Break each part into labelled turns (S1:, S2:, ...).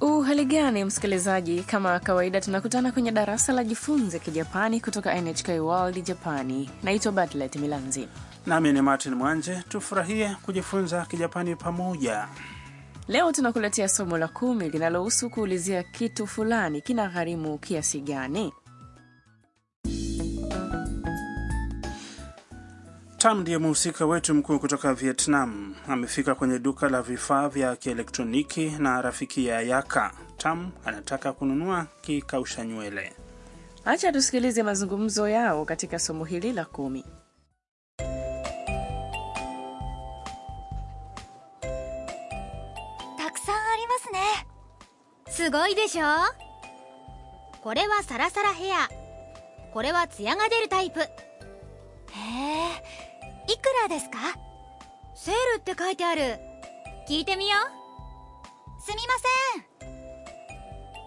S1: Uhali gani msikilizaji, kama kawaida tunakutana kwenye darasa la jifunze Kijapani kutoka NHK World Japani. Naitwa Bartlett Milanzi.
S2: Nami ni Martin Mwanje, tufurahie kujifunza Kijapani pamoja.
S1: Leo tunakuletea somo la kumi linalohusu kuulizia kitu fulani kina gharimu kiasi gani.
S2: Tam ndiye mhusika wetu mkuu kutoka Vietnam. Amefika kwenye duka la vifaa vya kielektroniki na rafiki ya Ayaka. Tam anataka kununua kikausha nywele.
S1: Acha tusikilize mazungumzo yao katika somo hili la kumi.
S3: たくさんありますねすごいでしょこれはサラサラヘアこれはツヤが出るタイプへえいくらですかセールって書いてある聞いてみようすみません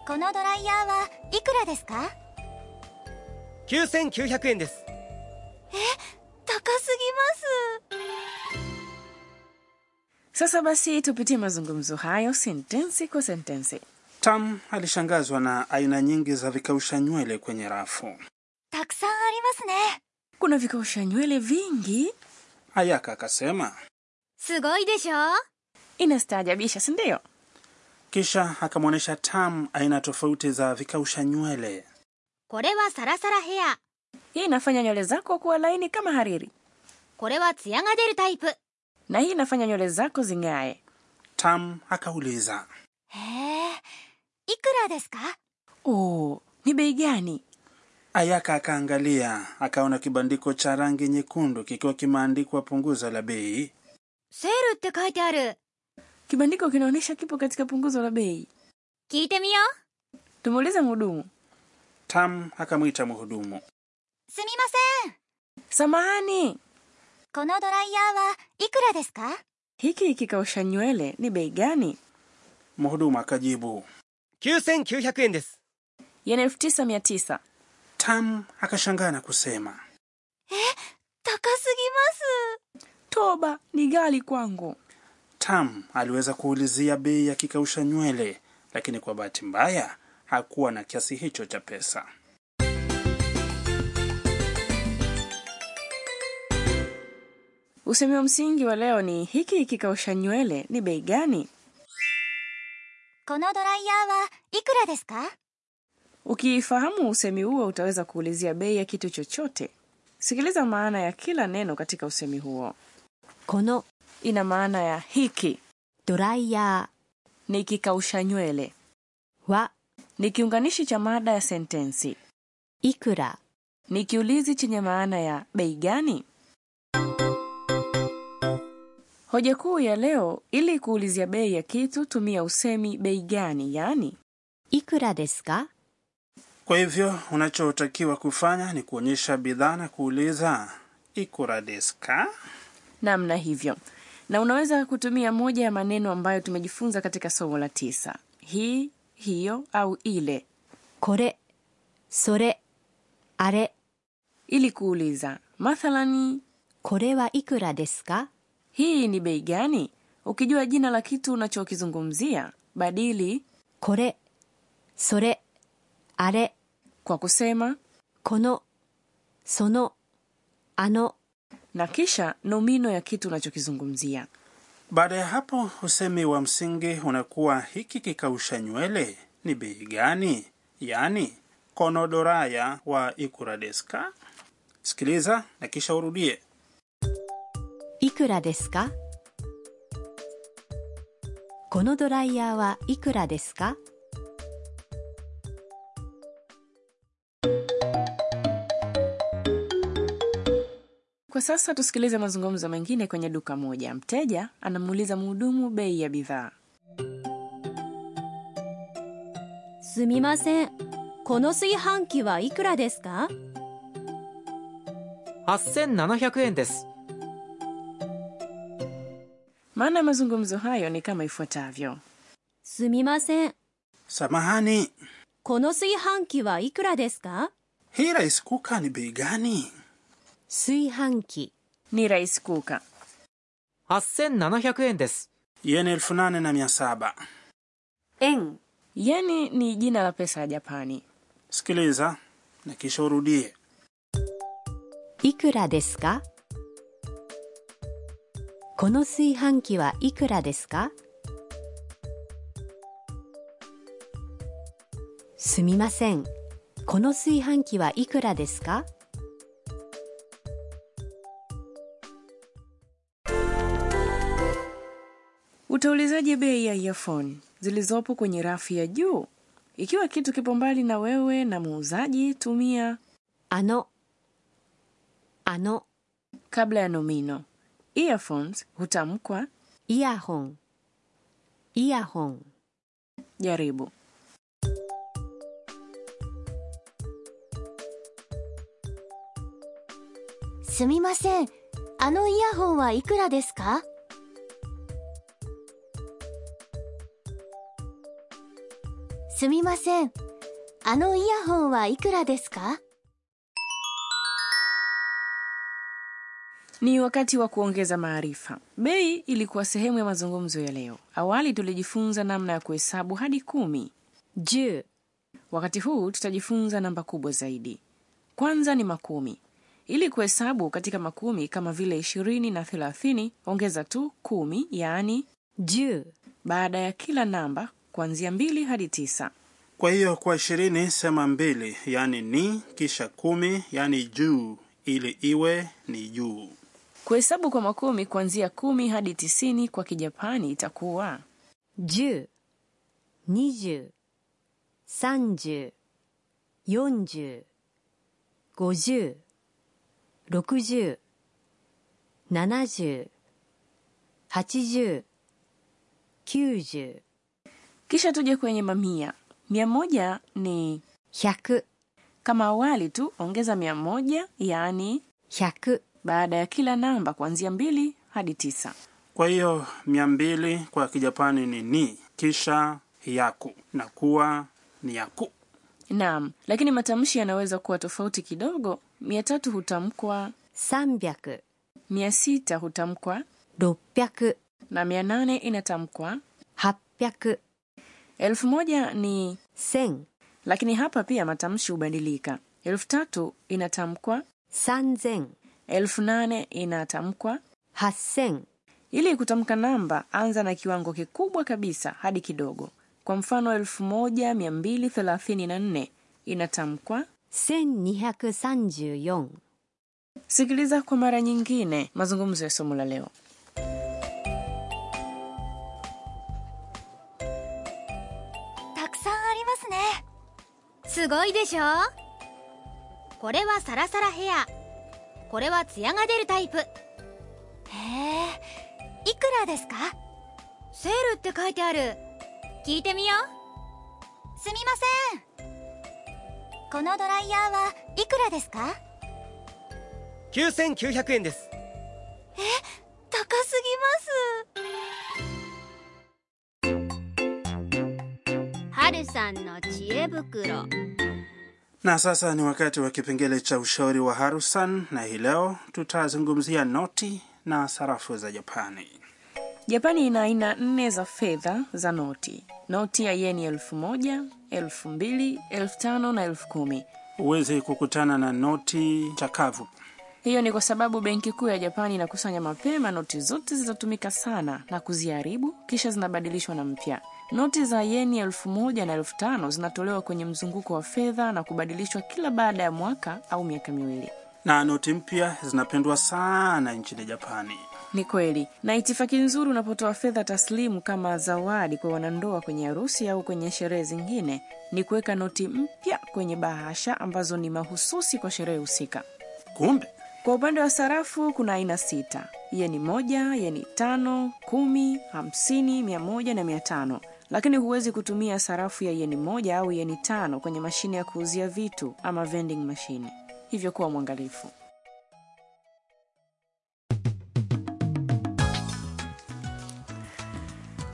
S3: このドライヤーはいくらですか
S4: 9900円です
S3: 高すぎま
S1: Sasa basi tupitie mazungumzo hayo sentensi kwa sentensi.
S2: Tam alishangazwa na aina nyingi za vikausha nywele kwenye rafu.
S3: すたくさんありますね
S1: Kuna vikausha nywele vingi,
S2: Ayaka akasema,
S3: すごいでしょ
S1: inastaajabisha, si ndio?
S2: kisha akamwonyesha Tam aina tofauti za vikausha nywele.
S3: これはサラサラヘア
S1: Hii inafanya nywele zako kuwa laini kama hariri,
S3: これはツヤが出るタイプへ
S1: na hii inafanya nywele zako zing'ae.
S2: Tam akauliza,
S3: えいくらですか
S1: Oh, ni bei gani?
S2: Ayaka akaangalia, akaona kibandiko cha rangi nyekundu kikiwa kimeandikwa punguzo la bei.
S3: セールって書いてある
S1: Kibandiko kinaonyesha kipo katika punguzo la bei.
S3: 聞いてみよう
S1: Tumuulize mhudumu.
S2: Tam akamwita mhudumu.
S3: すみません
S1: Samahani,
S3: このドライヤーはいくらですか
S1: hiki kikausha nywele ni bei gani?
S2: Mhudumu akajibu.
S4: 9900円です。
S1: Yen elfu tisa mia tisa.
S2: Tam akashangaa na kusema,
S3: 高すぎ
S1: Toba, ni ghali kwangu.
S2: Tam aliweza kuulizia bei ya kikausha nywele, lakini kwa bahati mbaya hakuwa na kiasi hicho cha pesa.
S1: Usemi wa msingi wa leo ni hiki kikausha nywele ni bei gani?
S3: ますこのドライヤーはいくらですか
S1: Ukiifahamu usemi huo utaweza kuulizia bei ya kitu chochote. Sikiliza maana ya kila neno katika usemi huo.
S3: この
S1: Ina maana ya hiki
S3: ドライヤ
S1: ni kikausha nywele,
S3: ーは
S1: ni kiunganishi cha mada ya sentensi,
S3: いくら
S1: ni kiulizi chenye maana ya bei gani. Hoja kuu ya leo, ili kuulizia bei ya kitu tumia usemi bei gani, yaani
S3: いくらですか
S2: Kwa hivyo unachotakiwa kufanya ni kuonyesha bidhaa na kuuliza ikura desu ka?
S1: namna hivyo, na unaweza kutumia moja ya maneno ambayo tumejifunza katika somo la tisa: hii, hiyo au ile,
S3: これそれあれ
S1: ili kuuliza. Mathalani,
S3: これはいくらですか
S1: hii ni bei gani? Ukijua jina la kitu unachokizungumzia, badili
S3: これそれあれ
S1: kwa kusema
S3: このそのあの
S1: na kisha nomino ya kitu unachokizungumzia.
S2: Baada ya hapo, usemi wa msingi unakuwa hiki kikausha nywele ni bei gani, yaani konodoraya wa ikura desu ka? Sikiliza na kisha urudie.
S3: いくらですかこのドライヤーはいくらですか
S1: Kwa sasa tusikilize mazungumzo mengine kwenye duka moja. Mteja anamuuliza mhudumu bei ya bidhaa.
S3: すみませんこの炊飯器はいくらですか
S4: 8700円です。
S1: Maana ya mazungumzo hayo ni kama ifuatavyo:
S3: すみません
S2: Samahani,
S3: この炊飯器はいくらですか
S2: hii rice cooker ni bei gani?
S3: 炊飯器
S1: ni rais kuka
S4: 8700円です。
S2: Yen elfu nane na mia saba.
S1: en Yeni Yaani ni jina la pesa ya Japani.
S2: sikiliza na kisha urudie
S5: いくらですかこの炊飯器はいくらですかすみませんこの炊飯器はいくらですか
S1: Utaulizaje bei ya earphone zilizopo kwenye rafu ya juu? Ikiwa kitu kipo mbali na wewe na muuzaji, tumia
S5: あのあの
S1: kabla ya nomino. Earphones hutamkwa
S5: イヤホンイヤホン
S1: jaribu.
S3: すみませんあのイヤホンはいくらですかすみませんあのイヤホンはいくらですか
S1: Ni wakati wa kuongeza maarifa. Bei ilikuwa sehemu ya mazungumzo ya leo. Awali tulijifunza namna ya kuhesabu hadi kumi.
S5: 10
S1: Wakati huu tutajifunza namba kubwa zaidi. Kwanza ni makumi. Ili kuhesabu katika makumi kama vile ishirini na thelathini, ongeza tu kumi, yaani
S5: 10
S1: baada ya kila namba kuanzia mbili hadi tisa.
S2: kwa hiyo kwa ishirini sema mbili yani ni kisha kumi yani juu ili iwe ni juu
S1: Kuhesabu kwa makumi kuanzia kumi hadi tisini kwa Kijapani itakuwa
S5: 10 20 30 40 50 60 70 80 90
S1: kisha tuje kwenye mamia. Mia moja ni
S5: 100
S1: kama awali tu, ongeza mia moja yaani
S5: ,100
S1: baada ya kila namba kuanzia mbili hadi tisa.
S2: kwa hiyo mia mbili kwa kijapani ni ni kisha yaku na kuwa ni yaku
S1: Naam, lakini matamshi yanaweza kuwa tofauti kidogo. Mia tatu hutamkwa,
S5: ,300
S1: mia sita hutamkwa
S5: 600
S1: na mia nane inatamkwa.
S5: 800
S1: elfu moja ni
S5: 1000
S1: lakini hapa pia matamshi hubadilika. elfu tatu inatamkwa,
S5: 3000
S1: elfu nane inatamkwa.
S5: ,8000
S1: Ili kutamka namba, anza na kiwango kikubwa kabisa hadi kidogo. Kwa mfano, elfu moja mia mbili thelathini na nne inatamkwa.
S5: ,1234
S1: Sikiliza kwa mara nyingine mazungumzo ya somo la leo.
S3: たくさんありますねすごいでしょこれはサラサラヘアこれはツヤが出るタイプへえいくらですかセールって書いてある聞いてみようすみませんこのドライヤーはいくらですか
S4: 9900円です
S3: 高すぎます春さんの知恵袋
S2: na sasa ni wakati wa kipengele cha ushauri wa harusan na hii leo tutazungumzia noti na sarafu za japani
S1: Japani ina aina nne za fedha za noti. Noti ya yeni elfu moja, elfu mbili, elfu tano na elfu kumi.
S2: huwezi kukutana na noti chakavu
S1: Hiyo ni kwa sababu benki kuu ya Japani inakusanya mapema noti zote zilizotumika sana na kuziharibu, kisha zinabadilishwa na mpya. Noti za yeni elfu moja na elfu tano zinatolewa kwenye mzunguko wa fedha na kubadilishwa kila baada ya mwaka au miaka miwili.
S2: na noti mpya zinapendwa sana nchini Japani.
S1: Ni kweli, na itifaki nzuri unapotoa fedha taslimu kama zawadi kwa wanandoa kwenye harusi au kwenye sherehe zingine ni kuweka noti mpya kwenye bahasha ambazo ni mahususi kwa sherehe husika.
S2: Kumbe
S1: Kwa upande wa sarafu kuna aina sita: yeni moja, yeni tano, kumi, hamsini, mia moja na mia tano. Lakini huwezi kutumia sarafu ya yeni moja au yeni tano kwenye mashine ya kuuzia vitu ama vending machine, hivyo kuwa mwangalifu.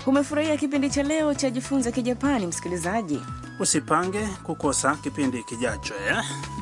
S1: Umefurahia kipindi cha leo cha Jifunze Kijapani, msikilizaji?
S2: usipange kukosa kipindi kijacho eh?